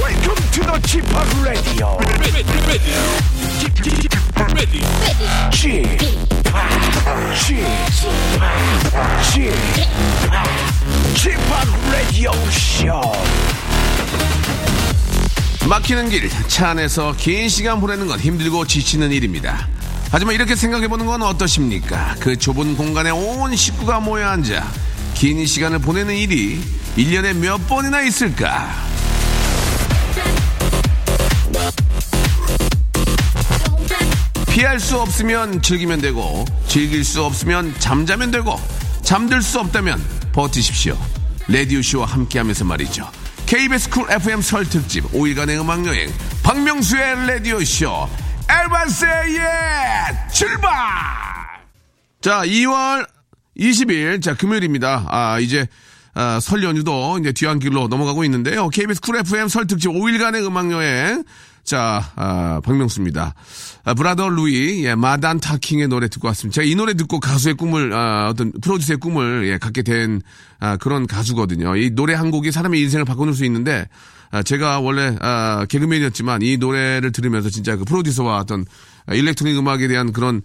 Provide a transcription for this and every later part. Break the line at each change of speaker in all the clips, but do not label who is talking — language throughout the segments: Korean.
Welcome to the g p o p Radio.
ready, ready, ready, ready.
g p o p G-POP, g p o p Radio Show.
막히는 길, 차 안에서 긴 시간 보내는 건 힘들고 지치는 일입니다. 하지만 이렇게 생각해보는 건 어떠십니까? 그 좁은 공간에 온 식구가 모여 앉아 긴 시간을 보내는 일이 1년에 몇 번이나 있을까? 피할 수 없으면 즐기면 되고 즐길 수 없으면 잠자면 되고 잠들 수 없다면 버티십시오. 레디오쇼와 함께하면서 말이죠. KBS 쿨 FM 설 특집 5일간의 음악여행 박명수의 레디오쇼 엘바스의 출발! 자 2월 20일 자 금요일입니다. 아 이제 아, 설 연휴도 이제 뒤안길로 넘어가고 있는데요. KBS 쿨 FM 설 특집 5일간의 음악여행. 자, 아, 박명수입니다. 아, 브라더 루이, 예, 마단 타킹의 노래 듣고 왔습니다. 제가 이 노래 듣고 가수의 꿈을, 아, 어떤 프로듀서의 꿈을, 예, 갖게 된, 아, 그런 가수거든요. 이 노래 한 곡이 사람의 인생을 바꿔놓을 수 있는데, 아, 제가 원래, 아, 개그맨이었지만 이 노래를 들으면서 진짜 그 프로듀서와 어떤 아, 일렉트로닉 음악에 대한 그런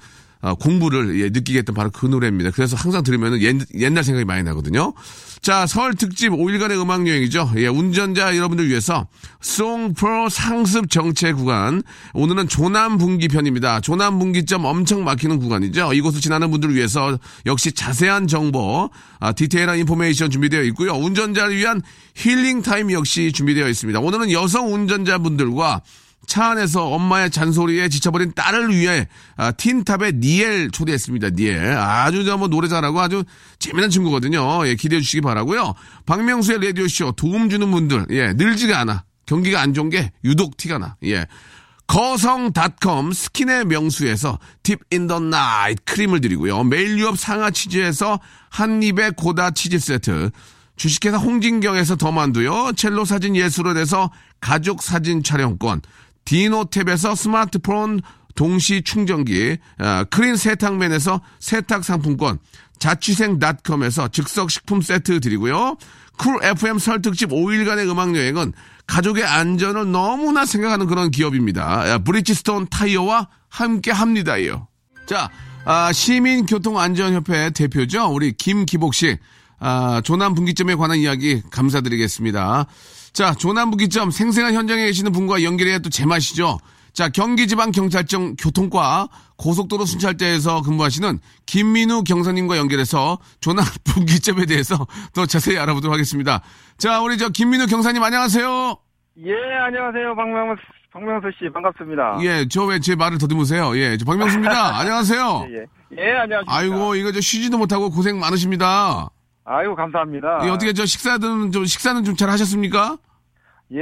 아, 공부를 예, 느끼게 했던 바로 그 노래입니다. 그래서 항상 들으면 옛날 생각이 많이 나거든요. 자, 설 특집 5일간의 음악 여행이죠. 예, 운전자 여러분들 위해서 송프로 상습 정체 구간. 오늘은 조남 분기 편입니다. 조남 분기점 엄청 막히는 구간이죠. 이곳을 지나는 분들을 위해서 역시 자세한 정보, 아, 디테일한 인포메이션 준비되어 있고요. 운전자를 위한 힐링 타임 역시 준비되어 있습니다. 오늘은 여성 운전자분들과 차 안에서 엄마의 잔소리에 지쳐버린 딸을 위해 아, 틴탑의 니엘 초대했습니다. 니엘 아주 저뭐 노래 잘하고 아주 재미난 친구거든요. 예, 기대해 주시기 바라고요. 박명수의 라디오 쇼 도움 주는 분들 예, 늘지가 않아 경기가 안 좋은 게 유독 티가 나. 예. 거성닷컴 스킨의 명수에서 딥 인 더 나이트 크림을 드리고요. 매일 유업 상하 치즈에서 한입의 고다 치즈 세트. 주식회사 홍진경에서 더만두요. 첼로 사진 예술원에서 가족 사진 촬영권. 디노탭에서 스마트폰 동시 충전기. 아, 크린 세탁맨에서 세탁 상품권. 자취생닷컴에서 즉석식품 세트 드리고요. 쿨 FM 설 특집 5일간의 음악여행은 가족의 안전을 너무나 생각하는 그런 기업입니다. 아, 브릿지스톤 타이어와 함께 합니다요. 자, 아, 시민교통안전협회 대표죠. 우리 김기복 씨. 아, 조남 분기점에 관한 이야기 감사드리겠습니다. 자, 조남 분기점 생생한 현장에 계시는 분과 연결해야 또 제맛이죠. 자, 경기지방경찰청 교통과 고속도로 순찰대에서 근무하시는 김민우 경사님과 연결해서 조남 분기점에 대해서 더 자세히 알아보도록 하겠습니다. 자, 우리 저 김민우 경사님 안녕하세요.
예, 안녕하세요. 박명수, 박명수 씨, 반갑습니다.
예, 저 왜 제 말을 더듬으세요? 예, 저 박명수입니다. 안녕하세요.
예, 예. 예, 안녕하십니까.
아이고, 이거 저 쉬지도 못하고 고생 많으십니다.
아이고, 감사합니다.
예, 어떻게 저 식사는 좀 식사는 좀 잘 하셨습니까?
예,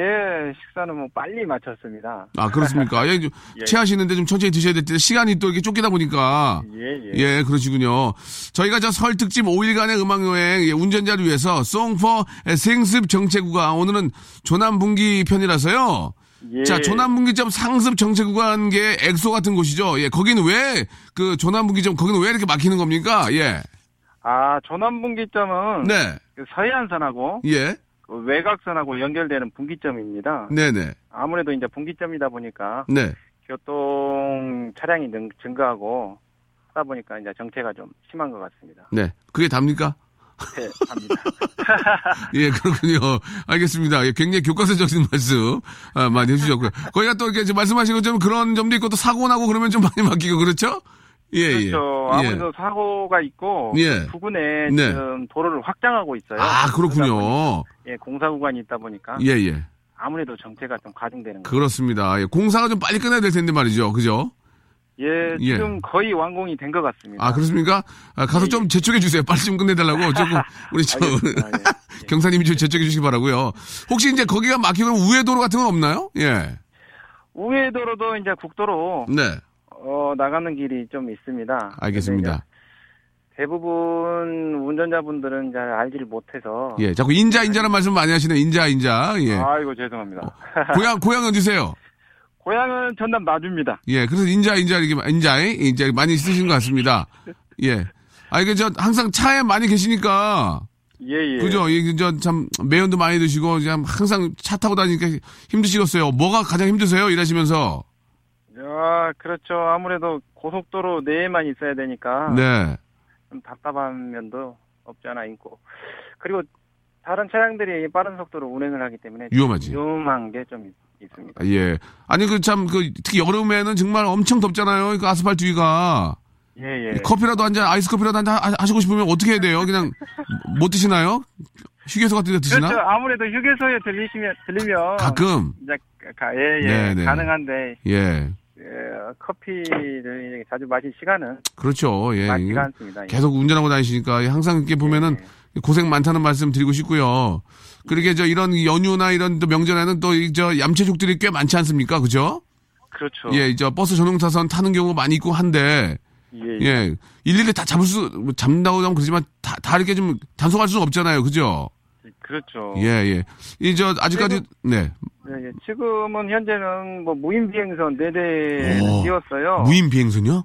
식사는 뭐 빨리 마쳤습니다.
아 그렇습니까? 예, 좀
예.
체하시는데 좀 천천히 드셔야 될 텐데 시간이 또 이렇게 쫓기다 보니까
예, 예.
예 그러시군요. 저희가 저 설 특집 5일간의 음악 여행 예, 운전자를 위해서 송퍼 생습 정체구가 오늘은 조남 분기 편이라서요.
예.
자 조남 분기점 상습 정체구간계 엑소 같은 곳이죠. 예 거기는 왜 그 조남 분기점 거기는 왜 이렇게 막히는 겁니까? 예.
아, 조남분기점은
네.
그 서해안선하고
예.
그 외곽선하고 연결되는 분기점입니다.
네네.
아무래도 이제 분기점이다 보니까
네.
교통 차량이 능, 증가하고 하다 보니까 이제 정체가 좀 심한 것 같습니다.
네. 그게 답니까?
네, 합니다.
예, 그렇군요. 알겠습니다. 예, 굉장히 교과서적인 말씀 아, 많이 해주셨고요. 거기가 또 이렇게 지금 말씀하신 것처럼 그런 점도 있고 또 사고 나고 그러면 좀 많이 막히고 그렇죠? 예,
그렇죠.
예.
아무래도 사고가 있고 그
예.
부근에
네.
지금 도로를 확장하고 있어요.
아,
그러다 보니-
그렇군요.
예, 공사 구간이 있다 보니까
예, 예.
아무래도 정체가 좀 가중되는 거예요.
그렇습니다. 예, 공사가 좀 빨리 끝나야 될 텐데 말이죠. 그죠?
예,
예.
지금 거의 완공이 된 것 같습니다.
아, 그렇습니까? 아, 가서
예,
좀 재촉해 주세요. 빨리 좀 끝내달라고. 조금 우리 저
알겠습니다. 예.
경사님이 좀 재촉해 주시기 바라고요 혹시 이제 거기가 막히면 우회도로 같은 건 없나요? 예.
우회도로도 이제 국도로
네.
어, 나가는 길이 좀 있습니다. 근데
알겠습니다.
이제 대부분 운전자분들은 잘 알지를 못해서
예. 자꾸 인자, 인자란 말씀 많이 하시네. 인자, 인자. 예.
네, 아이고 죄송합니다.
고향 고향 어디세요?
고향은 전남 마주입니다.
예, 그래서 인자 인자 이렇게 인자 그, 인자 많이 쓰신 것 같습니다. 예, 아 이게 저 항상 차에 많이 계시니까
예, 예.
그죠? 이게 저참 매연도 많이 드시고 그냥 항상 차 타고 다니니까 힘드시겠어요. 뭐가 가장 힘드세요? 일하시면서.
아, 그렇죠. 아무래도 고속도로 내에만 있어야 되니까
네.
좀 답답한 면도 없지 않아 있고. 그리고 다른 차량들이 빠른 속도로 운행을 하기 때문에 좀
위험하지.
위험한 게 좀 있습니다.
아, 예. 아니 그 참 그 특히 여름에는 정말 엄청 덥잖아요. 그 아스팔트 위가
예, 예.
커피라도 한 잔 아이스 커피라도 한 잔 하시고 싶으면 어떻게 해야 돼요? 그냥 못 드시나요? 휴게소 같은 데 드시나?
그렇죠. 아무래도 휴게소에 들리시면 들리면
가끔.
이제 가, 예, 예.
네, 네.
가능한데
예.
예, 커피를 이렇게 자주 마실 시간은
그렇죠. 예.
많지가 않습니다. 예.
계속 운전하고 다니시니까 항상 이렇게 보면은
네.
고생 많다는 말씀 드리고 싶고요. 그러게 저 이런 연휴나 이런 또 명절에는 또 저 얌체족들이 꽤 많지 않습니까? 그죠?
그렇죠.
예, 이제 버스 전용차선 타는 경우가 많이 있고 한데
예, 예.
예. 일일이 다 잡을 수, 뭐 잡는다고 하면 그러지만 다, 다 이렇게 좀 단속할 수는 없잖아요. 그죠?
그렇죠.
예, 예. 이, 저, 아직까지, 네.
네, 예. 지금은 현재는 뭐 무인 비행선 네대
오.
를 띄웠어요.
무인 비행선이요?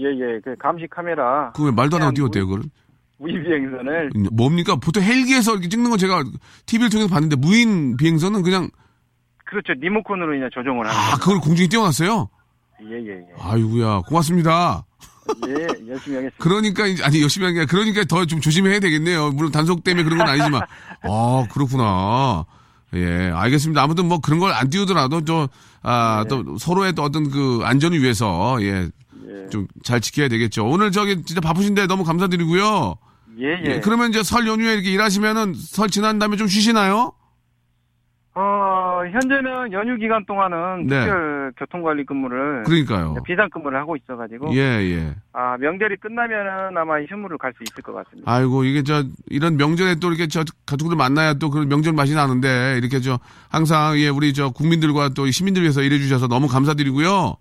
예, 예. 그 감시 카메라
그왜 말도 안 하고
그냥
뛰었대요, 그걸?
무인 비행선을
뭡니까? 보통 헬기에서 이렇게 찍는 건 제가 TV를 통해서 봤는데 무인 비행선은 그냥,
그렇죠. 리모컨으로 이제 조종을 하는
아, 그걸 공중에 띄워놨어요?
거죠. 예, 예, 예.
아이고야, 고맙습니다.
예, 열심히 하겠습니다.
그러니까, 이제- 아니, 열심히 하는 게 아니라 그러니까 더 좀 조심해야 되겠네요. 물론 단속 때문에 그런 건 아니지만. 아, 그렇구나. 예, 알겠습니다. 아무튼 뭐 그런 걸 안 띄우더라도 저, 아,
네.
또 서로의 또 어떤 그 안전을 위해서, 예,
예.
좀 잘 지켜야 되겠죠. 오늘 저기 진짜 바쁘신데 너무 감사드리고요.
예,
예,
예.
그러면 이제 설 연휴에 이렇게 일하시면은 설 지난 다음에 좀 쉬시나요?
어, 현재는 연휴 기간 동안은
네.
특별 교통관리 근무를
그러니까요.
비상 근무를 하고 있어가지고
예, 예.
아 명절이 끝나면은 아마 휴무를 갈 수 있을 것 같습니다.
아이고 이게 저 이런 명절에 또 이렇게 저 가족들 만나야 또 그런 명절 맛이 나는데 이렇게 저 항상 예 우리 저 국민들과 또 시민들 위해서 일해 주셔서 너무 감사드리고요.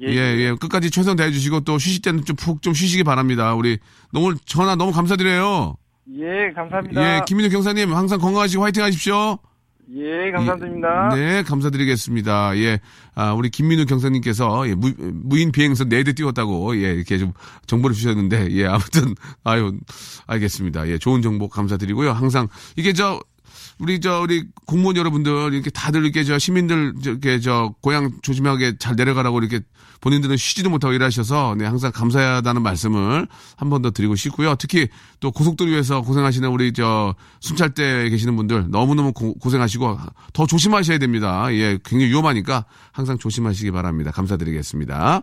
예, 예. 끝까지 최선 다해 주시고 또 쉬실 때는 좀 푹 좀 쉬시기 바랍니다. 우리 오늘 전화 너무 감사드려요.
예, 감사합니다.
예, 김민혁 경사님 항상 건강하시고 화이팅 하십시오.
예, 감사드립니다.
예, 네, 감사드리겠습니다. 예, 아, 우리 김민우 경사님께서 예, 무, 무인 비행선 4대 띄웠다고 예, 이렇게 좀 정보를 주셨는데 예, 아무튼 아유, 알겠습니다. 예, 좋은 정보 감사드리고요. 항상 이게 저 우리 저 우리 공무원 여러분들 이렇게 다들 이렇게 저 시민들 이렇게 저 고향 조심하게 잘 내려가라고 이렇게 본인들은 쉬지도 못하고 일하셔서 네, 항상 감사하다는 말씀을 한 번 더 드리고 싶고요. 특히 또 고속도로 위에서 고생하시는 우리 저 순찰대에 계시는 분들 너무너무 고, 고생하시고 더 조심하셔야 됩니다. 예, 굉장히 위험하니까 항상 조심하시기 바랍니다. 감사드리겠습니다.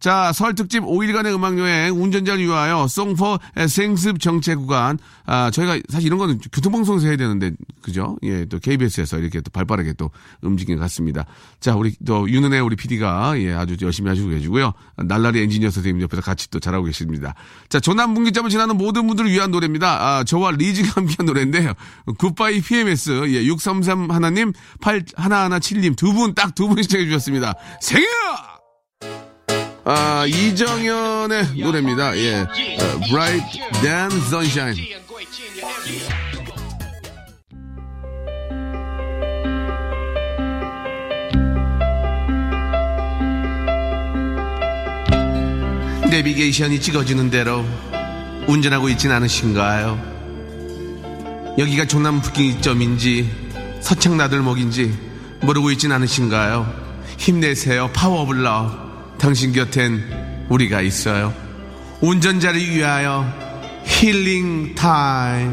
자, 설 특집 5일간의 음악 여행 운전자를 위하여 송포 생습 정체 구간. 아, 저희가 사실 이런 거는 교통방송에서 해야 되는데 그죠? 예, 또 KBS에서 이렇게 또 발빠르게 또 움직인 것 같습니다. 자, 우리 또 윤은혜 우리 PD가 예, 아주 열심히 하시고 계시고요. 날라리 엔지니어 선생님 옆에서 같이 또 잘하고 계십니다. 자, 조남 분기점을 지나는 모든 분들을 위한 노래입니다. 아, 저와 리즈가 함께한 노래인데요. 굿바이 PMS 예, 633 하나님, 8 하나하나 7님 두 분 딱 두 분 시청해 주셨습니다. 생일! 아, 이정현의 노래입니다. 예. 어, Bright Than Sunshine. 내비게이션이 찍어주는 대로 운전하고 있진 않으신가요? 여기가 조남 북기점인지 서창나들목인지 모르고 있진 않으신가요? 힘내세요. 파워블러. 당신 곁엔 우리가 있어요. 운전자를 위하여 힐링 타임.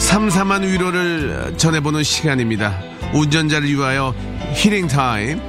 삼삼한 위로를 전해보는 시간입니다. 운전자를 위하여 힐링 타임.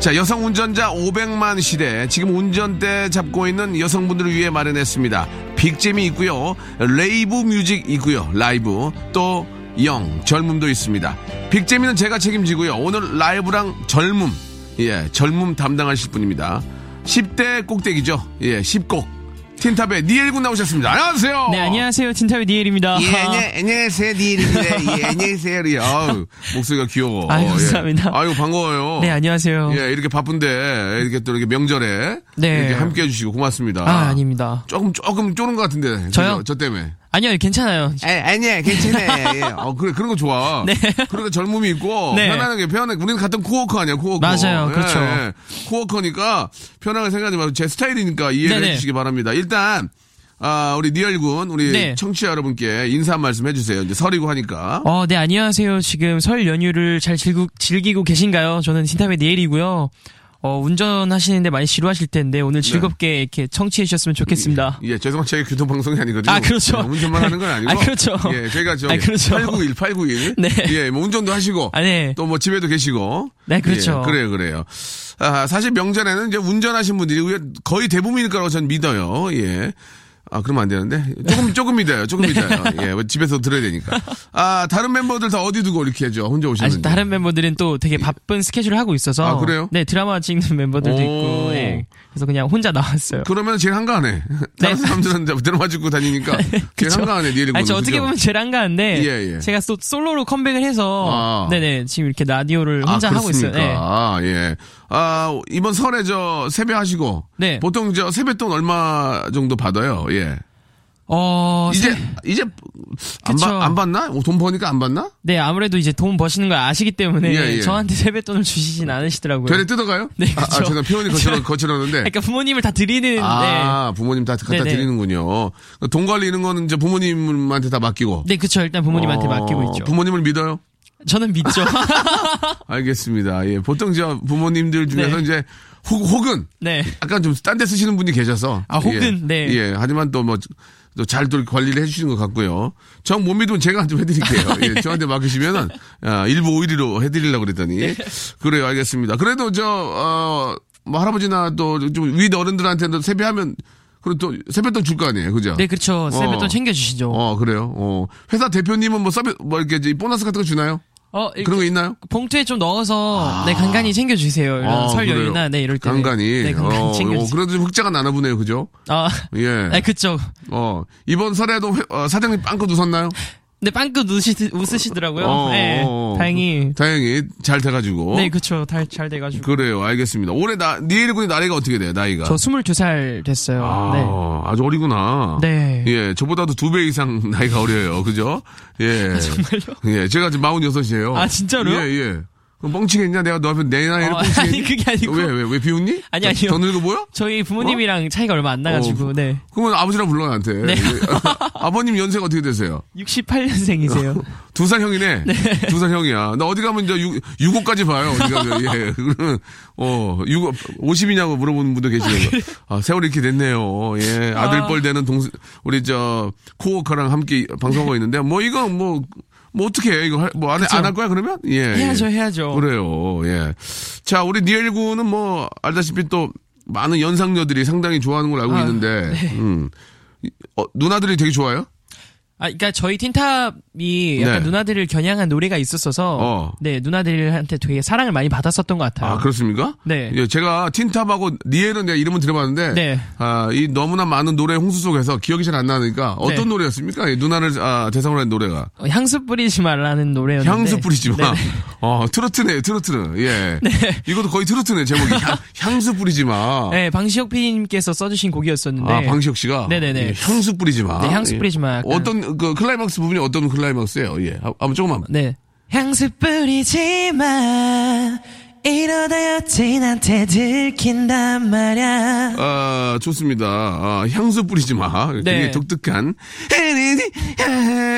자, 여성 운전자 500만 시대. 지금 운전대 잡고 있는 여성분들을 위해 마련했습니다. 빅잼이 있고요. 레이브 뮤직 있고요. 라이브. 또 영, 젊음도 있습니다. 빅잼이는 제가 책임지고요. 오늘 라이브랑 젊음. 예, 젊음 담당하실 분입니다. 10대 꼭대기죠. 예, 10곡. 틴탑의 니엘군 나오셨습니다. 안녕하세요.
네, 안녕하세요. 진탑의 니엘입니다.
어.
아,
예, 안녕, 안녕하세요, 니엘입니다. 예, 안녕하세요, 리. 아유, 목소리가 귀여워.
아유,
예.
감사합니다.
아유, 반가워요.
네, 안녕하세요.
예, 이렇게 바쁜데, 이렇게 또 이렇게 명절에.
네.
이렇게 함께 해주시고 고맙습니다.
아, 아닙니다.
조금, 조금 쪼는 것 같은데. 그죠?
저요?
저 때문에.
아니요, 괜찮아요.
아니야, 괜찮아. 어, 그래, 그런 거 좋아.
네.
그러니까 젊음이 있고,
네.
편안하게, 편안하게. 우리는 같은 코워커 아니야, 코워커. 예,
맞아요, 그렇죠.
코워커니까, 편하게 생각하지 말고, 제 스타일이니까 이해를
네네.
해주시기 바랍니다. 일단, 아, 우리 니얼군, 우리
네.
청취자 여러분께 인사 한 말씀 해주세요. 이제 설이고 하니까.
어, 네, 안녕하세요. 지금 설 연휴를 잘 즐기, 즐기고 계신가요? 저는 신타의 니엘이고요. 어, 운전하시는데 많이 지루하실 텐데 오늘 즐겁게 이렇게 청취해 주셨으면 좋겠습니다.
네. 예, 죄송한 저희 교통방송이 아니거든요.
아, 그렇죠.
예, 운전만 하는 건 아니고.
아, 그렇죠.
예, 저희가 저
아, 그렇죠.
891, 891.
네.
예, 뭐 운전도 하시고.
아, 네.
또 뭐 집에도 계시고.
네, 그렇죠.
예, 그래요, 그래요. 아, 사실 명절에는 이제 운전하신 분들이 우리 거의 대부분일 거라고 저는 믿어요. 예. 아, 그러면 안 되는데. 조금, 조금 믿어요.
네.
조금 믿어요. 예, 뭐 집에서 들어야 되니까. 아, 다른 멤버들 다 어디 두고 이렇게 해줘. 혼자 오시는데.
아직 다른 멤버들은 또 되게 바쁜 스케줄을 하고 있어서
네. 예. 아, 그래요?
네, 드라마 찍는 멤버들도
오.
있고. 네. 그래서 그냥 혼자 나왔어요.
그러면 제일 한가하네. 다른 사람들은 다 드라마 찍고 다니니까. 제일
그쵸?
한가하네, 니엘이
아니, 저 어떻게 보면 제일 한가한데
예, 예.
제가 또 솔로로 컴백을 해서
아.
네네 지금 이렇게 라디오를 혼자 하고 있어요.
그렇습니까?
네.
아, 예. 아, 이번 설에 저 세배하시고
네.
보통 저 세뱃돈 얼마 정도 받아요? 예.
어,
이제
세-
이제 안,
그쵸.
받- 안 받나? 어, 돈 버니까 안 받나?
네 아무래도 이제 돈 버시는 걸 아시기 때문에
예, 예.
저한테 세뱃돈을 주시진 않으시더라고요.
되레 뜯어가요?
네,
아, 아,
그쵸.
제가 표현이 거칠어, 거칠었는데.
그러니까 부모님을 다 드리는
아, 부모님 다 갖다
네네.
드리는군요. 돈 관리 이런 거는 이제 부모님한테 다 맡기고.
네. 네 그쵸 일단 부모님한테
어,
맡기고 있죠.
부모님을 믿어요?
저는 믿죠.
알겠습니다. 예. 보통 저 부모님들 중에서
네.
이제 혹, 혹은
네.
약간 좀 딴 데 쓰시는 분이 계셔서.
아, 혹은,
예.
네.
예, 하지만 또 뭐, 또잘 또 관리를 해주시는 것 같고요. 정 못 믿으면 제가 좀 해드릴게요.
네.
예, 저한테 맡기시면은, 아, 일부 오일이로 해드리려고 그랬더니.
네.
그래요, 알겠습니다. 그래도 저, 어, 뭐 할아버지나 또 좀 위드 어른들한테도 세배하면, 그리고 또 세뱃돈 줄 거 아니에요, 그죠?
네 그쵸 세뱃돈
어.
챙겨주시죠. 어,
어, 그래요. 어. 회사 대표님은 뭐 서비, 뭐 이렇게 이제 보너스 같은 거 주나요?
어, 이렇게
그런 거 있나요?
봉투에 좀 넣어서 네 간간히 챙겨주세요. 이런
아,
설
그래요.
연휴나 네 이럴 때
간간히.
네 간간히
어, 어,
챙겨주세요.
그래도 좀 흑자가 나나 보네요, 그죠?
아,
예.
네 그쵸.
어 이번 설에도 회- 어, 사장님 빵꾸 웃었나요?
근데 빵긋 웃으시, 웃으시더라고요.
어,
네,
어, 어.
다행히.
다행히 잘 돼가지고.
네, 그쵸. 다, 잘 돼가지고.
그래요, 알겠습니다. 올해 나 니엘 군이 나이가 어떻게 돼요? 나이가?
저 22살 됐어요.
아, 아주 어리구나.
네. 네.
예, 저보다도 두 배 이상 나이가 어려요, 그죠? 예.
아, 정말요?
예, 제가 지금 46이에요.
아, 진짜로요?
예, 예. 그럼 뻥치겠냐? 내가 너 앞에 내 나이를
어,
뻥치겠니?
아니, 그게 아니고.
왜, 왜, 왜 비웃니?
아니, 아니요.
더 늙어 보여?
저희 부모님이랑 차이가 얼마 안 나가지고,
어.
네.
그러면 아버지랑 불러, 나한테.
네.
아버님 연세가 어떻게 되세요?
68년생이세요.
두 살 형이네. 두 살 형이야. 나 어디 가면 이제 육, 육호까지 봐요. 어디 가면. 예. 그러면, 어, 육호, 50이냐고 물어보는 분도 계시네요. 아, 세월이 이렇게 됐네요. 예. 아들뻘 되는 동, 우리 저, 코워커랑 함께 방송하고 있는데, 뭐 이거 뭐, 뭐 어떻게 해. 이거 할- 뭐 안, 안 할 거야, 그러면? 예. 예.
해야죠, 해야죠.
그래요. 예. 자, 우리 니엘 군은 뭐 알다시피 또 많은 연상녀들이 상당히 좋아하는 걸 알고
아,
있는데, 음. 어, 누나들이 되게 좋아요?
아, 그니까 저희 틴탑이 약간
네.
누나들을 겨냥한 노래가 있었어서,
어.
네, 누나들한테 되게 사랑을 많이 받았었던 것 같아요.
아, 그렇습니까?
네.
예, 제가 틴탑하고 니엘은 내가 이름은 들어봤는데,
네.
아, 이 너무나 많은 노래 홍수 속에서 기억이 잘 안 나니까 어떤
네.
노래였습니까? 이 누나를 아, 대상으로 한 노래가.
어, 향수 뿌리지 말라는 노래였는데.
향수 뿌리지 마.
네. 네네. 네.
어, 트로트네요, 트로트는. 예. 이것도 거의 트로트네, 제목이. 향, 향수 뿌리지 마.
네, 방시혁 PD님께서 써주신 곡이었었는데.
아, 방시혁 씨가?
네네네.
예, 향수 뿌리지 마.
네, 향수
예.
뿌리지 마. 약간.
어떤, 그, 클라이막스 부분이 어떤 클라이막스예요 예. 아, 한번 조금만.
네. 향수 뿌리지 마. 이러다 여친한테 들킨단 말야.
아, 좋습니다. 아, 향수 뿌리지 마. 되게
네.
독특한.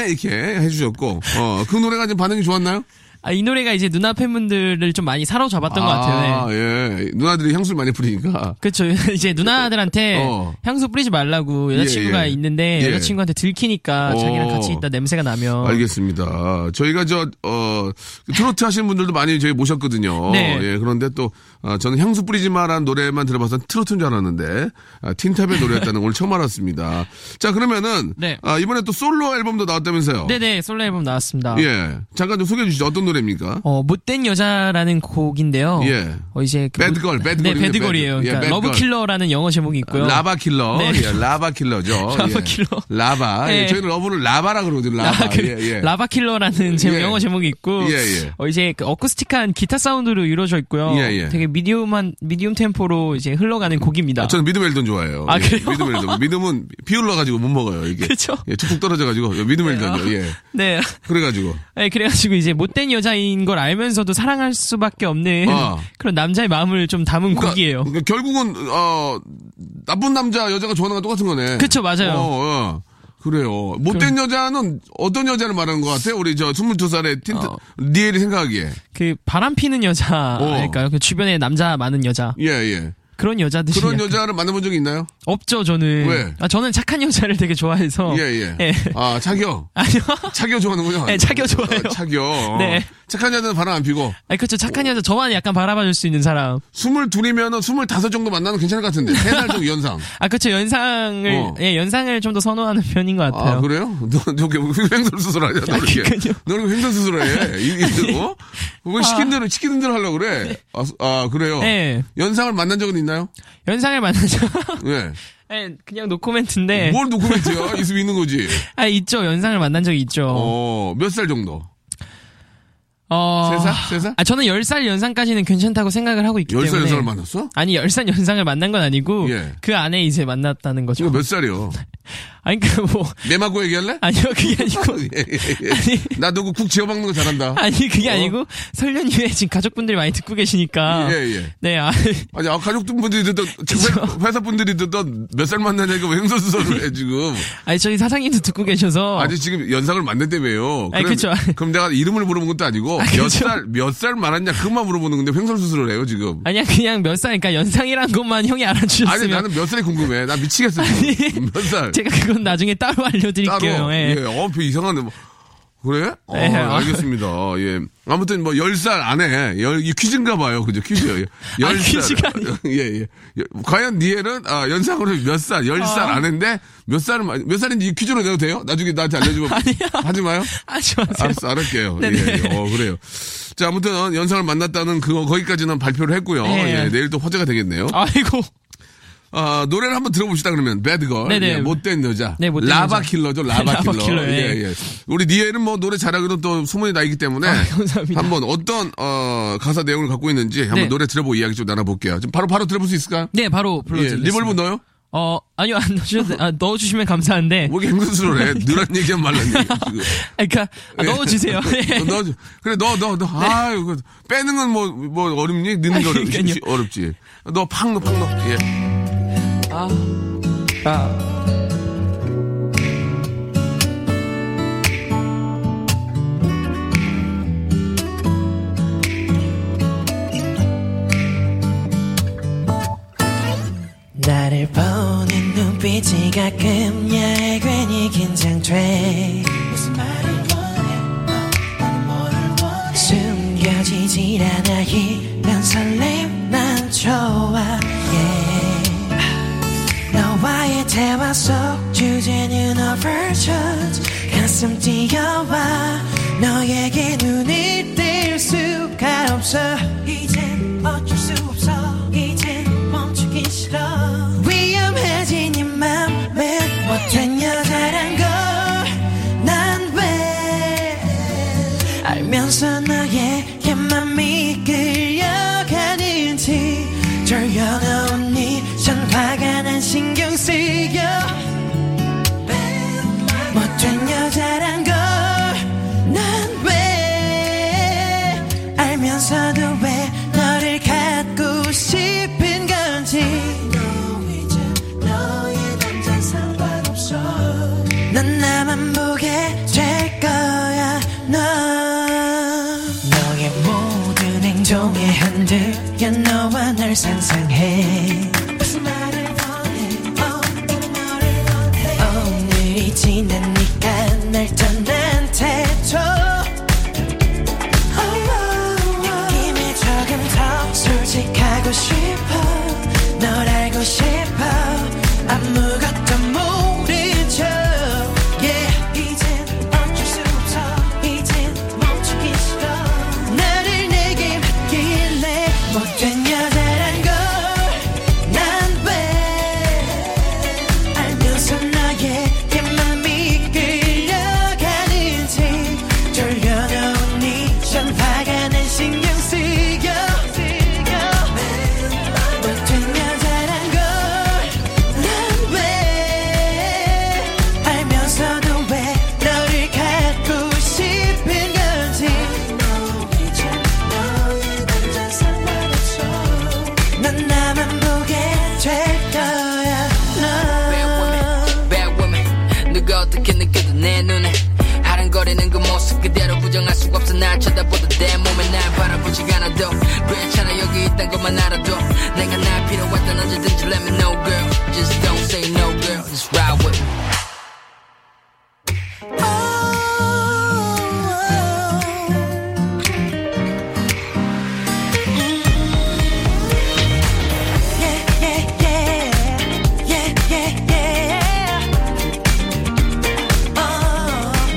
이렇게 해주셨고. 어, 그 노래가 지금 반응이 좋았나요?
아, 이 노래가 이제 누나 팬분들을 좀 많이 사로잡았던 것 같아요.
아,
네.
예. 누나들이 향수를 많이 뿌리니까.
그쵸. 이제 누나들한테
어.
향수 뿌리지 말라고 여자친구가
예, 예.
있는데
예.
여자친구한테 들키니까
어.
자기랑 같이 있다 냄새가 나면.
알겠습니다. 저희가 저, 어, 트로트 하시는 분들도 많이 저희 모셨거든요.
네.
예, 그런데 또, 아, 저는 향수 뿌리지 마라는 노래만 들어봐서 트로트인 줄 알았는데, 아, 틴탑의 노래였다는 걸 처음 알았습니다. 자, 그러면은,
네.
아, 이번에 또 솔로 앨범도 나왔다면서요?
네네, 솔로 앨범 나왔습니다.
예. 잠깐 좀 소개해 주시죠. 어떤 노래입니까?
어, 못된 여자라는 곡인데요.
예.
어, 이제 그
배드걸, 배드걸이네,
네, 배드걸이에요.
배드. 예,
그러니까
배드걸. 아,
러브킬러라는 영어 제목이 있고요.
라바킬러.
네.
예, 라바킬러죠.
라바킬러.
예. 라바. 예,
예.
저희는 러브를 라바라 그러거든요. 라바.
아, 그
예, 예.
라바킬러라는 제
예.
영어 제목이 있고
예, 예.
어, 이제 그 어쿠스틱한 기타 사운드로 이루어져 있고요.
예, 예.
되게 미디움한 미디움 템포로 이제 흘러가는 곡입니다.
저는 미드웰던 좋아해요. 예,
아, 그래요?
미드웰던. 미드은 비올라가지고 못 먹어요, 이게.
그쵸?
예, 툭툭 떨어져가지고. 미드웰던이요, 예.
네.
그래가지고.
네, 그래가지고 이제 못된 여자인 걸 알면서도 사랑할 수밖에 없는
아.
그런 남자의 마음을 좀 담은
그러니까-
곡이에요.
그러니까 결국은, 어, 나쁜 남자, 여자가 좋아하는 건 똑같은 거네.
그쵸, 맞아요.
어, 어. 그래요. 못된 여자는 어떤 여자를 말하는 것 같아요? 우리 저 22살의 틴트,
어.
니엘이 생각하기에.
그 바람 피는 여자
어.
아닐까요? 그 주변에 남자 많은 여자
예, 예.
그런 여자들이
그런
약간-
여자를 만나본 적이 있나요?
없죠 저는.
왜?
아 저는 착한 여자를 되게 좋아해서.
예, 예.
예.
아, 차교.
아니요.
차교 좋아하는군요.
네, 차교 좋아해요.
아, 차교.
네.
착한 여자는 바람 안 피고.
아니 그렇죠 착한 여자 저만 약간 바라봐줄 수 있는 사람.
22이면은 25 정도 만나면 괜찮을 것 같은데. 3살 정도 연상.
아 그렇죠 연상을
어.
예 연상을 좀 더 선호하는 편인 것 같아요.
아, 그래요? 너, 너 이렇게 횡설 수술하냐? 너 이렇게.
그러니까요. 아.
너 이렇게 횡설 수술해. 이거? 왜 시킨 대로, 시키는 대로 하려고
네.
그래? 아, 수- 아, 그래요?
예
연상을 만난 적은 있나요?
연상을 만나죠.
예.
예 그냥 노코멘트인데.
뭘 노코멘트야? 있으면 있는 거지.
아 있죠 연상을 만난 적이 있죠.
어, 몇 살 정도?
어.
세 살? 세 살?
아 저는 10살 연상까지는 괜찮다고 생각을 하고 있기
열 살,
때문에.
연상을 만났어?
아니 10살 연상을 만난 건 아니고
예.
그 안에 이제 만났다는 거죠.
지금 몇 살이요?
아니 그러니까 뭐
내맞고 얘기할래?
아니요 그게 아니고
예, 예, 예. 나 너그 국 지어 먹는 거 잘한다.
아니 그게
어?
아니고 설 연휴에 지금 가족분들이 많이 듣고 계시니까
예, 예.
네 아,
아니, 아, 가족분들이 듣던, 회사, 회사분들이 듣던 몇 살 만나냐니까 왜 횡설수설을 해, 지금.
아니 저희 사장님도 듣고 계셔서
아니, 지금 연상을 만났다며요.
어. 아니, 그쵸.
그럼 내가 이름을 물어본 것도 아니고,
아니,
몇
그쵸.
살, 몇 살 많았냐, 그것만 물어보는 건데 횡설수설을 해요, 지금.
아니야 그냥 몇 살, 그러니까 연상이란 것만 형이 알아주셨으면
아니, 나는 몇 살이 궁금해. 나 미치겠어, 지금. 몇 살.
제가 그건 나중에 따로 알려드릴게요.
따로.
예.
예, 어, 그 이상한데. 뭐. 그래? 어,
예.
알겠습니다. 예. 아무튼 뭐, 열 살 안에, 열, 이 퀴즈인가 봐요. 그죠? 퀴즈요. 예. 열
아니,
살.
퀴즈가 아니에요.
예, 예. 여- 과연 니엘은, 아, 연상으로 몇 살,
어.
열 살 안인데, 몇 살은, 많이- 몇 살인지 이 퀴즈로 내도 돼요? 나중에 나한테 알려주면.
아니야.
하지 마요?
하지 마세요.
알았어, 알았게요. 예,
네네.
예. 어, 그래요. 자, 아무튼, 어, 연상을 만났다는 그거, 거기까지는 발표를 했고요.
예.
예, 내일 또 화제가 되겠네요.
아이고
아, 노래를 한번 들어봅시다, 그러면. 배드걸.
네네.
예, 못된 여자.
네, 못된
라바
여자.
킬러죠, 라바 킬러.
라바 킬러, 예.
예, 예. 우리 니엘은 뭐 노래 잘하기로 또 소문이 나 있기 때문에.
아, 감사합니다.
한번 어떤, 어, 가사 내용을 갖고 있는지 한번
네.
노래 들어보고 이야기 좀 나눠볼게요. 좀 바로, 바로 들어볼 수 있을까요?
네 바로
예,
불러드리겠습니다.
리볼브 넣어요?
어 아니요 안 넣어주셔도 아, 넣어주시면 감사한데.
뭐 이렇게 행선수를 해? 늘한 얘기하면 말란 얘기. 지금.
아니, 그러니까 네. 아, 넣어주세요. 예.
어, 넣어 그래, 넣어, 넣어, 넣어. 아유, 그, 빼는 건 뭐, 뭐, 어렵니? 넣는 게 어렵,
그러니까요.
어렵지. 넣어, 팍 넣어, 팍 넣어. 예.
아.
나를 보는 눈빛이 가끔 야에 괜히 긴장돼 무슨 말을 원해 너는 뭐를 원해 숨겨지질 않아 이런 설렘 난 좋아 yeah. 너와의 대화 속 주제는 overtures 가슴 뛰어와 너에게 눈을 뗄 수가 없어 이젠 어쩔 수 없어 이젠 멈추기 싫어 위험해진 이 맘에 못된 여자란 걸난왜 알면서 너에게 맘이 끌려가는지 졸려놓은 네전 화가 난 신경 쓰여 멋진 여자란 걸난왜 알면서도 왜 너를 갖고 싶은 건지 너 이제 너의 남자 상관없어 넌 나만 보게 될 거야 너 너의 모든 행동에 흔들려 너와 날 상상해 무슨 말을 원해 어떤 말을 원해 오늘이 지나니까 날 떠난 태도 느낌이 조금 더 솔직하고 싶어 널 알고 싶어 아무것도 모른 척 yeah. 이젠 어쩔 수 없어 이젠 멈추기 싫어
어떻게 느껴도 내 눈에 아른거리는 그 모습 그대로 부정할 수가 없어 날 쳐다보던 내 몸에 날 바라보지 않아도 괜찮아 여기 있단 것만 알아도 내가 날 필요하던 언제든지 let me know girl just don't say no girl just ride with me
Oh,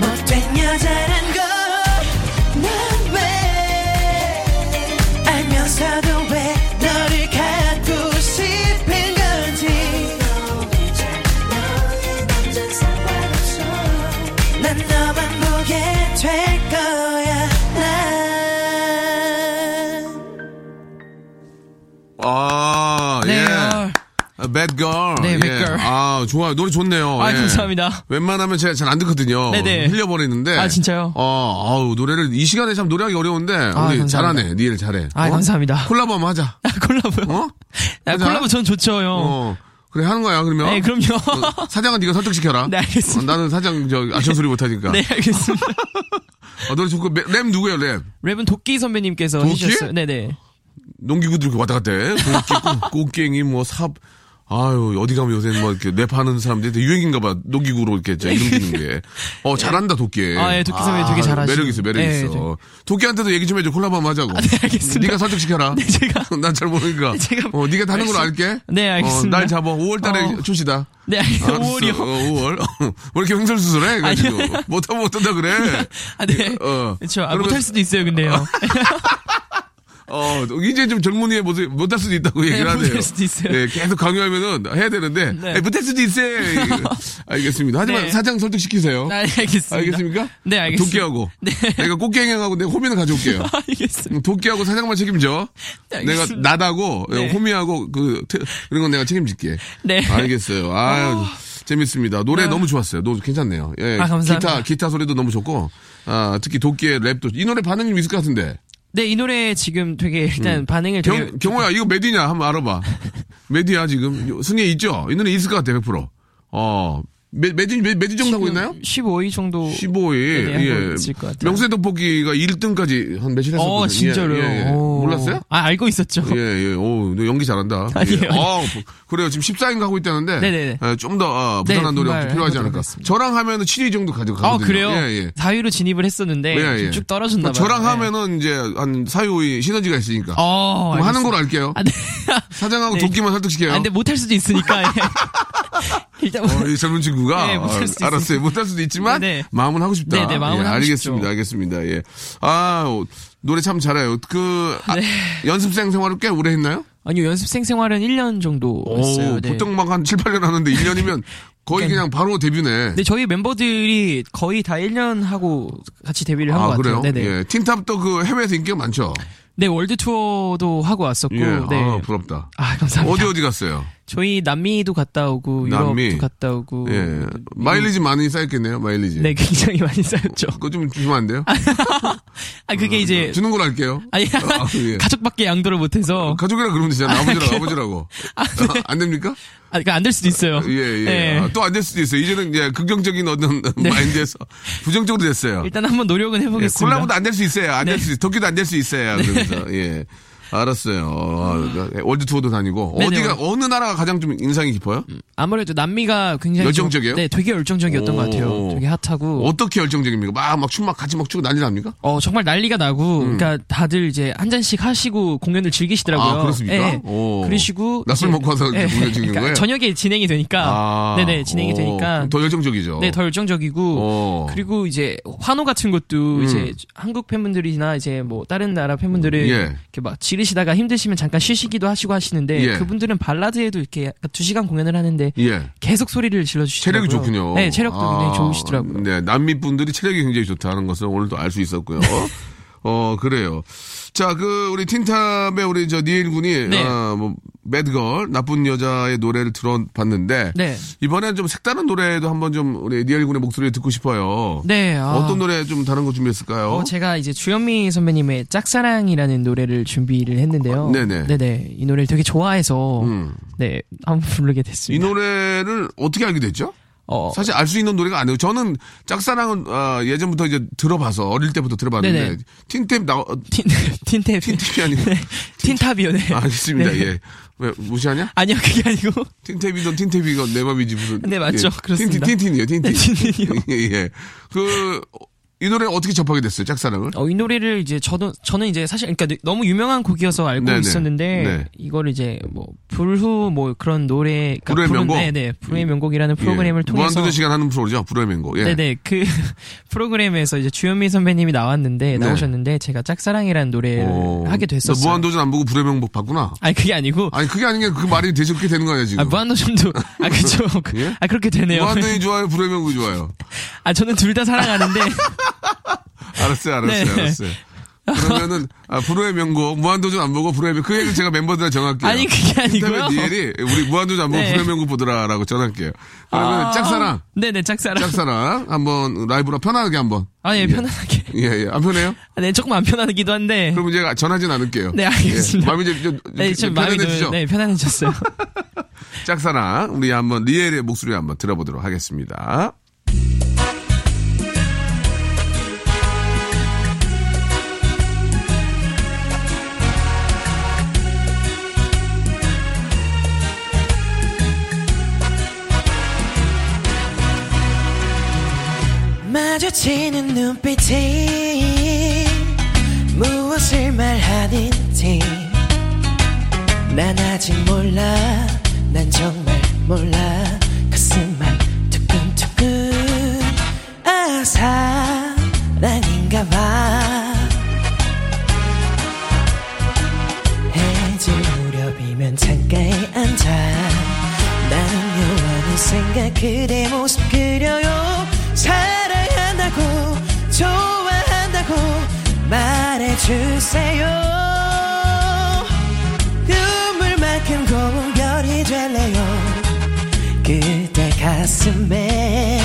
못된 어, 여자란 걸난왜 알면서도 왜 너를 갖고 싶은 건지 난 너만 보게 될 거야 난
아,
네.
예. 아, Bad Girl.
네,
예.
Bad Girl.
아, 좋아요. 노래 좋네요.
아,
예.
감사합니다.
웬만하면 제가 잘 안 듣거든요.
네네.
흘려버리는데.
아, 진짜요? 아,
어, 아우, 노래를, 이 시간에 참 노래하기 어려운데, 우리
감사합니다.
잘하네. 니엘 잘해.
아,
어?
감사합니다.
콜라보 한번 하자.
아, 콜라보요?
어?
아,
하자.
콜라보 전 좋죠, 형.
어. 그래, 하는 거야, 그러면?
네, 그럼요.
어, 사장은 네가 설득시켜라.
네, 알겠습니다.
어, 나는 사장, 저, 아침 소리 못하니까.
네, 알겠습니다.
어, 노래 좋고, 매- 랩 누구예요, 랩?
랩은 도끼 선배님께서
도끼?
해주셨어요. 네네.
농기구들 이렇게 왔다 갔다 해. 꽃게, 꽃갱이, 뭐, 삽. 아유, 어디 가면 요새 뭐, 이렇게 랩하는 사람들이 되게 유행인가 봐. 농기구로 이렇게 진짜 이름 짓는 게. 어, 잘한다, 도끼.
아, 예, 도끼 선배님 되게 잘하시죠.
매력있어,
네,
매력있어. 도끼한테도 얘기 좀 해줘. 콜라보 한번 하자고.
네, 알겠습니다.
네가 설득시켜라.
네, 제가.
난 잘 모르니까.
제가
어, 네가 다른 걸로
말씀-
알게.
네, 알겠습니다.
어, 날 잡아. 5월 달에
어.
출시다.
네, 알겠습니다. 5월이요.
5월. 왜 이렇게 횡설수설해? 그래가지고.
아니요.
못하면 못한다 그래.
아, 네.
어.
그렇죠. 아,
그러면-
못할 수도 있어요, 근데요. 아,
어, 이제 좀 젊은이의 모습 못할 수도 있다고 얘기를
네,
하네요.
못할 수도 있어요.
예, 계속 강요하면은 해야 되는데.
네.
예, 못할 수도 있어요. 예, 알겠습니다. 하지만
네.
사장 설득시키세요.
아, 네, 알겠습니다.
알겠습니까? 아,
네, 알겠습니다.
도끼하고. 내가 꽃갱행하고 내 호미는 가져올게요.
아, 알겠습니다.
음, 도끼하고 사장만 책임져.
네,
내가
알겠습니다.
나다고
네.
호미하고 그 태- 그런 건 내가 책임질게.
네.
알겠어요. 아유. 재밌습니다. 노래 너무 좋았어요. 노래 괜찮네요. 예.
아, 감사합니다.
기타, 기타 소리도 너무 좋고, 아, 특히 도끼의 랩도, 이 노래 반응이 있을 것 같은데.
네, 이 노래 지금 되게
음.
일단 반응을 되게
경, 경호야, 이거 메디냐? 한번 알아봐. 메디야, 지금. 순위에 있죠? 이 노래 있을 것 같아, 100%. 어, 메, 메디, 메, 메디 정도 하고 있나요?
15위 정도.
15위.
네, 네, 한번
예.
있을 것 같아요.
명세 떡볶이가 1등까지 한 며칠 했었거든요.
어, 진짜로요.
예, 예, 예.
오.
몰랐어요?
아, 알고 있었죠.
예, 예. 오, 너 연기 잘한다.
아니에요,
예. 어, 그래요. 지금 14인 가고 있다는데.
네네네.
좀더 어, 부단한
네,
노력도
분발
필요하지
해보도록
않을까.
하겠습니다.
저랑 하면은 7위 정도 가져가거든요.
아, 그래요?
예, 예.
4위로 진입을 했었는데
예, 예.
쭉 떨어졌나 봐요.
저랑
네.
하면은 이제 한 4, 5위 시너지가 있으니까.
어,
그럼 하는
알겠습니다.
걸로 할게요.
아, 네.
사장하고
네.
도끼만 설득시켜요.
아, 근데 못할 수도 있으니까. 예. 일단
어, 이 젊은 친구가
네, 못할 수도
아, 알았어요
있습니다.
못할 수도 있지만
네, 네.
마음은 하고 싶다.
네, 네, 마음은
예,
하고
알겠습니다,
싶죠.
알겠습니다. 예, 아 어, 노래 참 잘해요. 그 아,
네.
연습생 생활을 꽤 오래 했나요?
아니요, 연습생 생활은 1년 정도 했어요.
오,
네.
보통 막 한 7, 8년 하는데 1년이면 거의 그냥 바로 데뷔네.
근데 저희 멤버들이 거의 다 1년 하고 같이 데뷔를 한
아
것
그래요?
같아요. 네네.
예, 틴탑도 그 해외에서 인기가 많죠.
네, 월드 투어도 하고 왔었고.
예,
네.
아 부럽다.
아, 감사합니다.
어디 어디 갔어요?
저희 남미도 갔다 오고 유럽도
남미.
갔다 오고.
예, 마일리지 많이 쌓였겠네요. 마일리지.
네, 굉장히 많이 쌓였죠.
그거 좀 주시면 안 돼요?
아, 그게 이제
주는 걸로 할게요.
아니
아, 예.
가족밖에 양도를 못 해서
가족이라 그러면 되잖아요. 아버지라고
그래요?
아버지라고.
아, 네.
안 됩니까?
아, 그러니까 안 될 수도 있어요.
예, 예.
네.
또 안 될 수도 있어요. 이제는 이제 긍정적인 어떤
네.
마인드에서 부정적으로 됐어요.
일단 한번 노력은 해
아. 예,
보겠습니다.
콜라보도 안 될 수 있어요. 안 될
네.
수, 있- 도쿄도 안 될 수 있어요. 그래서, 예. 알았어요. 어, 월드 투어도 다니고.
네네. 음.
어디가, 어느 나라가 가장 좀 인상이 깊어요?
아무래도 남미가 굉장히
열정적이에요?
네, 되게 열정적이었던 것
오.
같아요. 되게 핫하고
어떻게 열정적입니까? 막, 막 춤 막 같이 막 추고 난리 납니까?
어 정말 난리가 나고 그러니까 다들 이제 한 잔씩 하시고 공연을 즐기시더라고요.
음. 아, 그렇습니까?
예.
오.
그러시고
낮술
이제-
먹고 와서
예.
공연 찍는
그러니까
거예요?
저녁에 진행이 되니까
아,
네네 진행이
오,
되니까
더 어. 열정적이죠.
네, 더 열정적이고
오.
그리고 이제 환호 같은 것도
음.
이제 한국 팬분들이나 이제 뭐 다른 나라 팬분들은
예.
이렇게 막 지르시다가 힘드시면 잠깐 쉬시기도 하시고 하시는데
예.
그분들은 발라드에도 이렇게 약간 두 시간 공연을 하는데
예.
계속 소리를 질러 주시더라고요.
체력이 좋군요.
네, 체력도
아,
굉장히 좋으시더라고요.
네, 남미 분들이 체력이 굉장히 좋다는 것을 오늘도 알 수 있었고요. 어, 그래요. 자, 그, 우리 틴탑의 우리 저 니엘 군이,
네.
아, 뭐, 매드걸, 나쁜 여자의 노래를 들어봤는데,
네.
이번엔 좀 색다른 노래도 한번 좀 우리 니엘 군의 목소리를 듣고 싶어요.
네. 아.
어떤 노래 좀 다른 거 준비했을까요?
어, 제가 이제 주현미 선배님의 짝사랑이라는 노래를 준비를 했는데요.
아, 네네.
네네. 이 노래를 되게 좋아해서
음.
네 한번 부르게
이
됐습니다.
노래를 어떻게 알게 됐죠?
어,
사실 알 수 있는 노래가 아니고 저는 짝사랑은 어, 예전부터 이제 들어봐서 어릴 때부터 들어봤는데
네네.
틴탭 나 어,
틴, 틴탭.
틴탭이 아니고
틴탑이요, 네.
아, 알겠습니다.
네.
예. 왜 무시하냐?
아니요, 그게 아니고.
틴탭이든 틴탭이건 내 맘이지 무슨. 예.
네, 맞죠. 그렇습니다.
틴틴 틴틴이요. 틴틴.
네, 틴틴이요.
예, 예. 그 이 노래 어떻게 접하게 됐어요? 짝사랑을?
어, 이 노래를 이제 저도, 저는 이제 사실, 그러니까 너무 유명한 곡이어서 알고
네네.
있었는데,
네.
이거를 이제 뭐, 불후 뭐 그런 노래. 그러니까
불후의
불은-
명곡?
네, 네. 불후의 명곡이라는 프로그램을
예.
통해서.
무한도전 시간 하는 프로죠. 불의 명곡. 예.
네네 그 프로그램에서 이제 주현미 선배님이 나왔는데 나오셨는데 제가 짝사랑이라는 노래를
어,
하게 됐었어요.
너 네. 무한도전 안 보고 불의 명곡 봤구나.
아니 그게 아니고
아니 그게 아닌 게 그 말이 대체 그렇게 되는 거 아니야 지금?
아, 무한도전도 아 그죠?
예?
아 그렇게 되네요.
무한도전이 좋아요. 불의 명곡이 좋아요.
아 저는 둘 다 사랑하는데
알았어요, 알았어요,
네.
알았어요. 그러면은 아, 불후의 명곡 무한도전 안 보고 불후의 명곡 그 얘기는 제가 멤버들한테 정할게요.
아니 그게 아니고요.
그다음에 니엘이 우리 무한도전 안 보고
네.
불후의 명곡 보더라라고 전할게요. 그러면
아,
짝사랑,
네네 짝사랑.
짝사랑 한번 라이브로 편하게 한번.
아 예 편안하게.
예, 예, 안 편해요?
아, 네 조금 안 편하기도 한데.
그럼 이제 전하진 않을게요.
네,
예,
알겠습니다.
마음이 이제 좀, 좀
네, 좀 마음이
편안해지죠.
좀, 네, 편안해졌어요.
짝사랑 우리 한번 리엘의 목소리 한번 들어보도록 하겠습니다.
마주치는 눈빛이 무엇을 말하는지 난 아직 몰라 난 정말 몰라 가슴만 두근두근 아 사랑인가 봐 해질 무렵이면 창가에 앉아 나는 요하는 생각 그대 모습 그려요 사랑한다고 좋아한다고 말해주세요 눈물만큼 고운 별이 될래요 그대 가슴에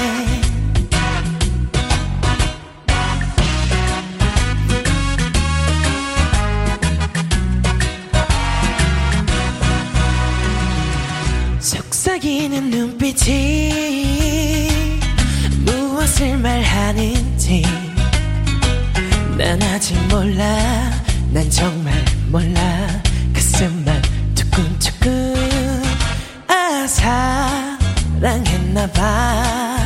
속삭이는 눈빛이 무엇을 말하는지 난 아직 몰라 난 정말 몰라 가슴만 두근두근 아 사랑했나 봐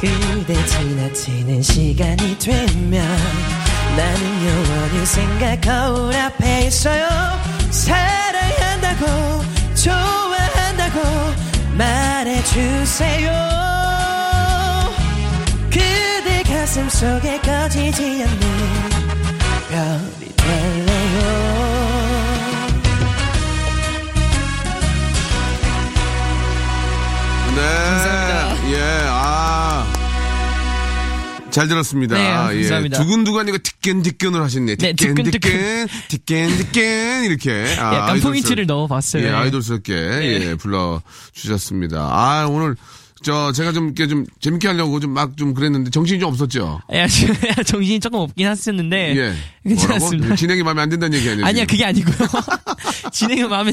그대 지나치는 시간이 되면 나는 영원히 생각 거울 앞에 있어요 사랑한다고 좋아한다고 말해주세요 그대 가슴 속에 꺼지지 않는 별이 될래요
네. 예, 아. 잘 들었습니다.
네,
아,
감사합니다.
예. 두근두근 이거 예, 뒷겐뒷겐을 하셨네.
네,
뒷겐뒷겐, 뒷겐뒷겐 이렇게. 아,
약간
아이돌스럽-
포인트를 넣어봤어요.
예, 아이돌스럽게 예, 불러 주셨습니다. 아, 오늘 저 제가 좀 이렇게 좀 재밌게 하려고 좀 막 좀 그랬는데 정신이 좀 없었죠.
야, 지금 예, 정신이 조금 없긴 했었는데
예.
괜찮았습니다.
뭐라고? 진행이 마음에 안 든다는 얘기 아니에요?
아니야
지금?
그게 아니고요. 진행은 마음에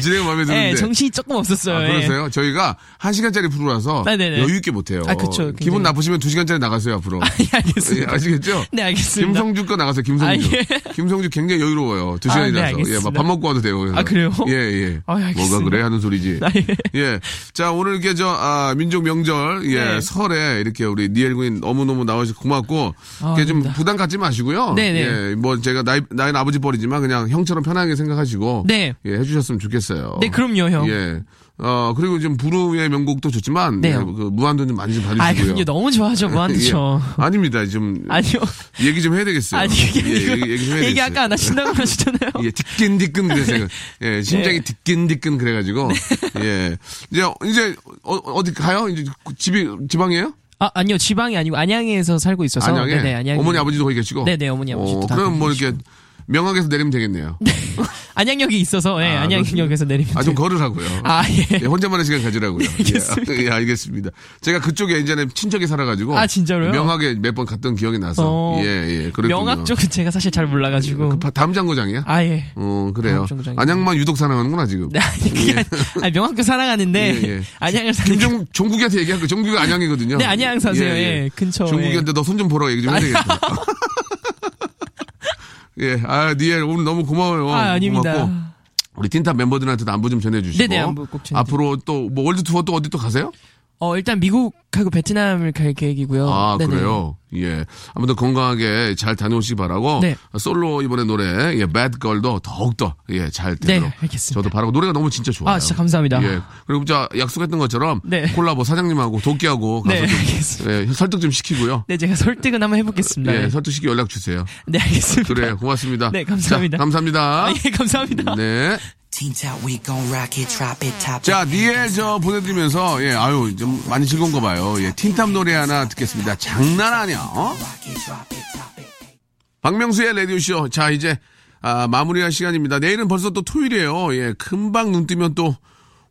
진행은 마음에 드는데.
예, 정신이 조금 없었어요.
아,
예.
그러세요? 저희가 한시간짜리 프로라서
네네네.
여유 있게 못 해요.
아, 그쵸. 굉장히.
기분 나쁘시면 두시간짜리 나가세요, 앞으로.
예, 알겠습니다.
예, 아시겠죠?
네, 알겠습니다.
김성주 거 나가세요. 김성주.
아,
김성주 굉장히 여유로워요. 두
아,
시간이라서.
네, 알겠습니다.
예, 막밥 먹고 와도 돼요. 그래서.
아, 그래요?
예, 예.
아, 예, 알겠습니다.
뭐가 그래 하는 소리지.
아, 예.
예. 자, 오늘 이렇게 저, 아, 민족 명절, 예,
네.
설에 이렇게 우리 니엘 군이 너무너무 나와주셔서 고맙고,
아,
이렇게 좀
아닙니다.
부담 갖지 마시고요.
네, 네.
예, 뭐 제가 나이, 나이는 아버지 뻘이지만 그냥 형처럼 편하게 생각하시고,
네.
예, 해주셨으면 좋겠어요.
네, 그럼요, 형.
예. 어, 그리고 지금 부르의 명곡도 좋지만,
네.
예, 그 무한도전 좀 많이 좀 봐주시고요.
아, 그럼요. 너무 좋아하죠, 무한도전.
예. 아닙니다. 좀
아니요.
얘기 좀 해야 되겠어요.
아니, 그게
예,
아니고.
얘기, 얘기 좀 해야
얘기
되겠어요.
아까 안 하신다고 그러셨잖아요.
예, 뒤끈뒤끈 그래서 예, 심장이
네.
뒤끈뒤끈 그래가지고 예, 이제 이제 어, 어디 가요? 이제 집이 지방이에요?
아, 아니요. 지방이 아니고 안양에서 살고 있어서.
안양에
네네, 안양에.
어머니 아버지도 거기 계시고
네네, 어머니, 아버지도
어,
다
그럼 뭐
거기
이렇게 명항에서 내리면 되겠네요.
안양역이 있어서 예,
아,
안양역에서 내리면
아, 좀 걸으라고요.
아, 예.
예, 혼자만의 시간 가지라고요.
알겠습니다.
예, 예, 알겠습니다. 제가 그쪽에 예전에 친척이 살아가지고.
아, 진짜로요?
명확에 몇 번 갔던 기억이 나서.
어.
예, 예. 그랬군요.
명학 쪽은 제가 사실 잘 몰라가지고
그 바- 다음 장고장이야?
아 예.
어, 그래요.
다음 장고장이요.
안양만 유독 사랑하는구나, 지금.
네, 아니 그게 아니, 아니 명학교 사랑하는데
예, 예.
안양을 사는 게
김종, 종국이한테 얘기할 거. 종국이 안양이거든요.
네, 안양 사세요. 예, 근처에.
종국이한테 너 손 좀 보라고 얘기 좀 해야 되겠다. 예, 아, 니엘, 오늘 너무 고마워요.
아, 아닙니다.
고맙고. 우리 틴탑 멤버들한테도 안부 좀 전해주시고.
네네, 안부 꼭 전해드릴게요.
앞으로 또, 뭐, 월드 투어 또 어디 또 가세요?
어 일단 미국하고 베트남을 갈 계획이고요.
아,
네네.
그래요? 예. 아무튼 건강하게 잘 다녀오시기 바라고.
네.
솔로 이번에 노래, 예, Bad Girl도 더욱더, 예, 잘
네,
들도록.
알겠습니다.
저도 바라고. 노래가 너무 진짜 좋아요.
아, 진짜 감사합니다.
예. 그리고 진짜 약속했던 것처럼.
네.
콜라보 사장님하고 도끼하고 가서
네,
좀,
알겠습니다.
예, 설득 좀 시키고요.
네, 제가 설득은 한번 해보겠습니다.
예,
네,
설득시키 연락 주세요.
네, 알겠습니다.
그래, 고맙습니다.
네, 감사합니다.
자, 감사합니다.
아, 예, 감사합니다.
네.
틴탑 we gon' rock it drop it top it
자, 니엘 저 보내드리면서, 예, 아유, 좀 많이 즐거운가 봐요. 예, 틴탑 노래 하나 듣겠습니다. 장난 아니야, 어?
rock it drop it top it
박명수의 라디오쇼. 자, 이제, 아, 마무리할 시간입니다. 내일은 벌써 또 토요일이에요. 예, 금방 눈 뜨면 또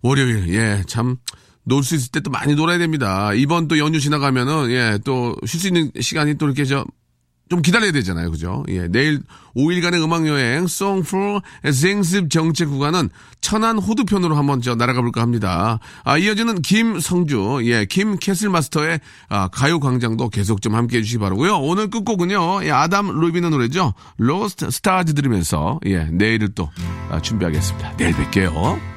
월요일. 예, 참, 놀 수 있을 때 또 많이 놀아야 됩니다. 이번 또 연휴 지나가면은, 예, 또 쉴 수 있는 시간이 또 이렇게 저, 좀 기다려야 되잖아요. 그죠? 예, 내일 5일간의 음악여행, Song for 생습 정체 구간은 천안 호두편으로 한번 저 날아가 볼까 합니다. 아, 이어지는 김성주, 예, 김 캐슬마스터의 아, 가요광장도 계속 좀 함께 해주시기 바라고요 오늘 끝곡은요, 예, 아담 루비는 노래죠. Lost Stars 들으면서, 예, 내일을 또 아, 준비하겠습니다. 내일 뵐게요.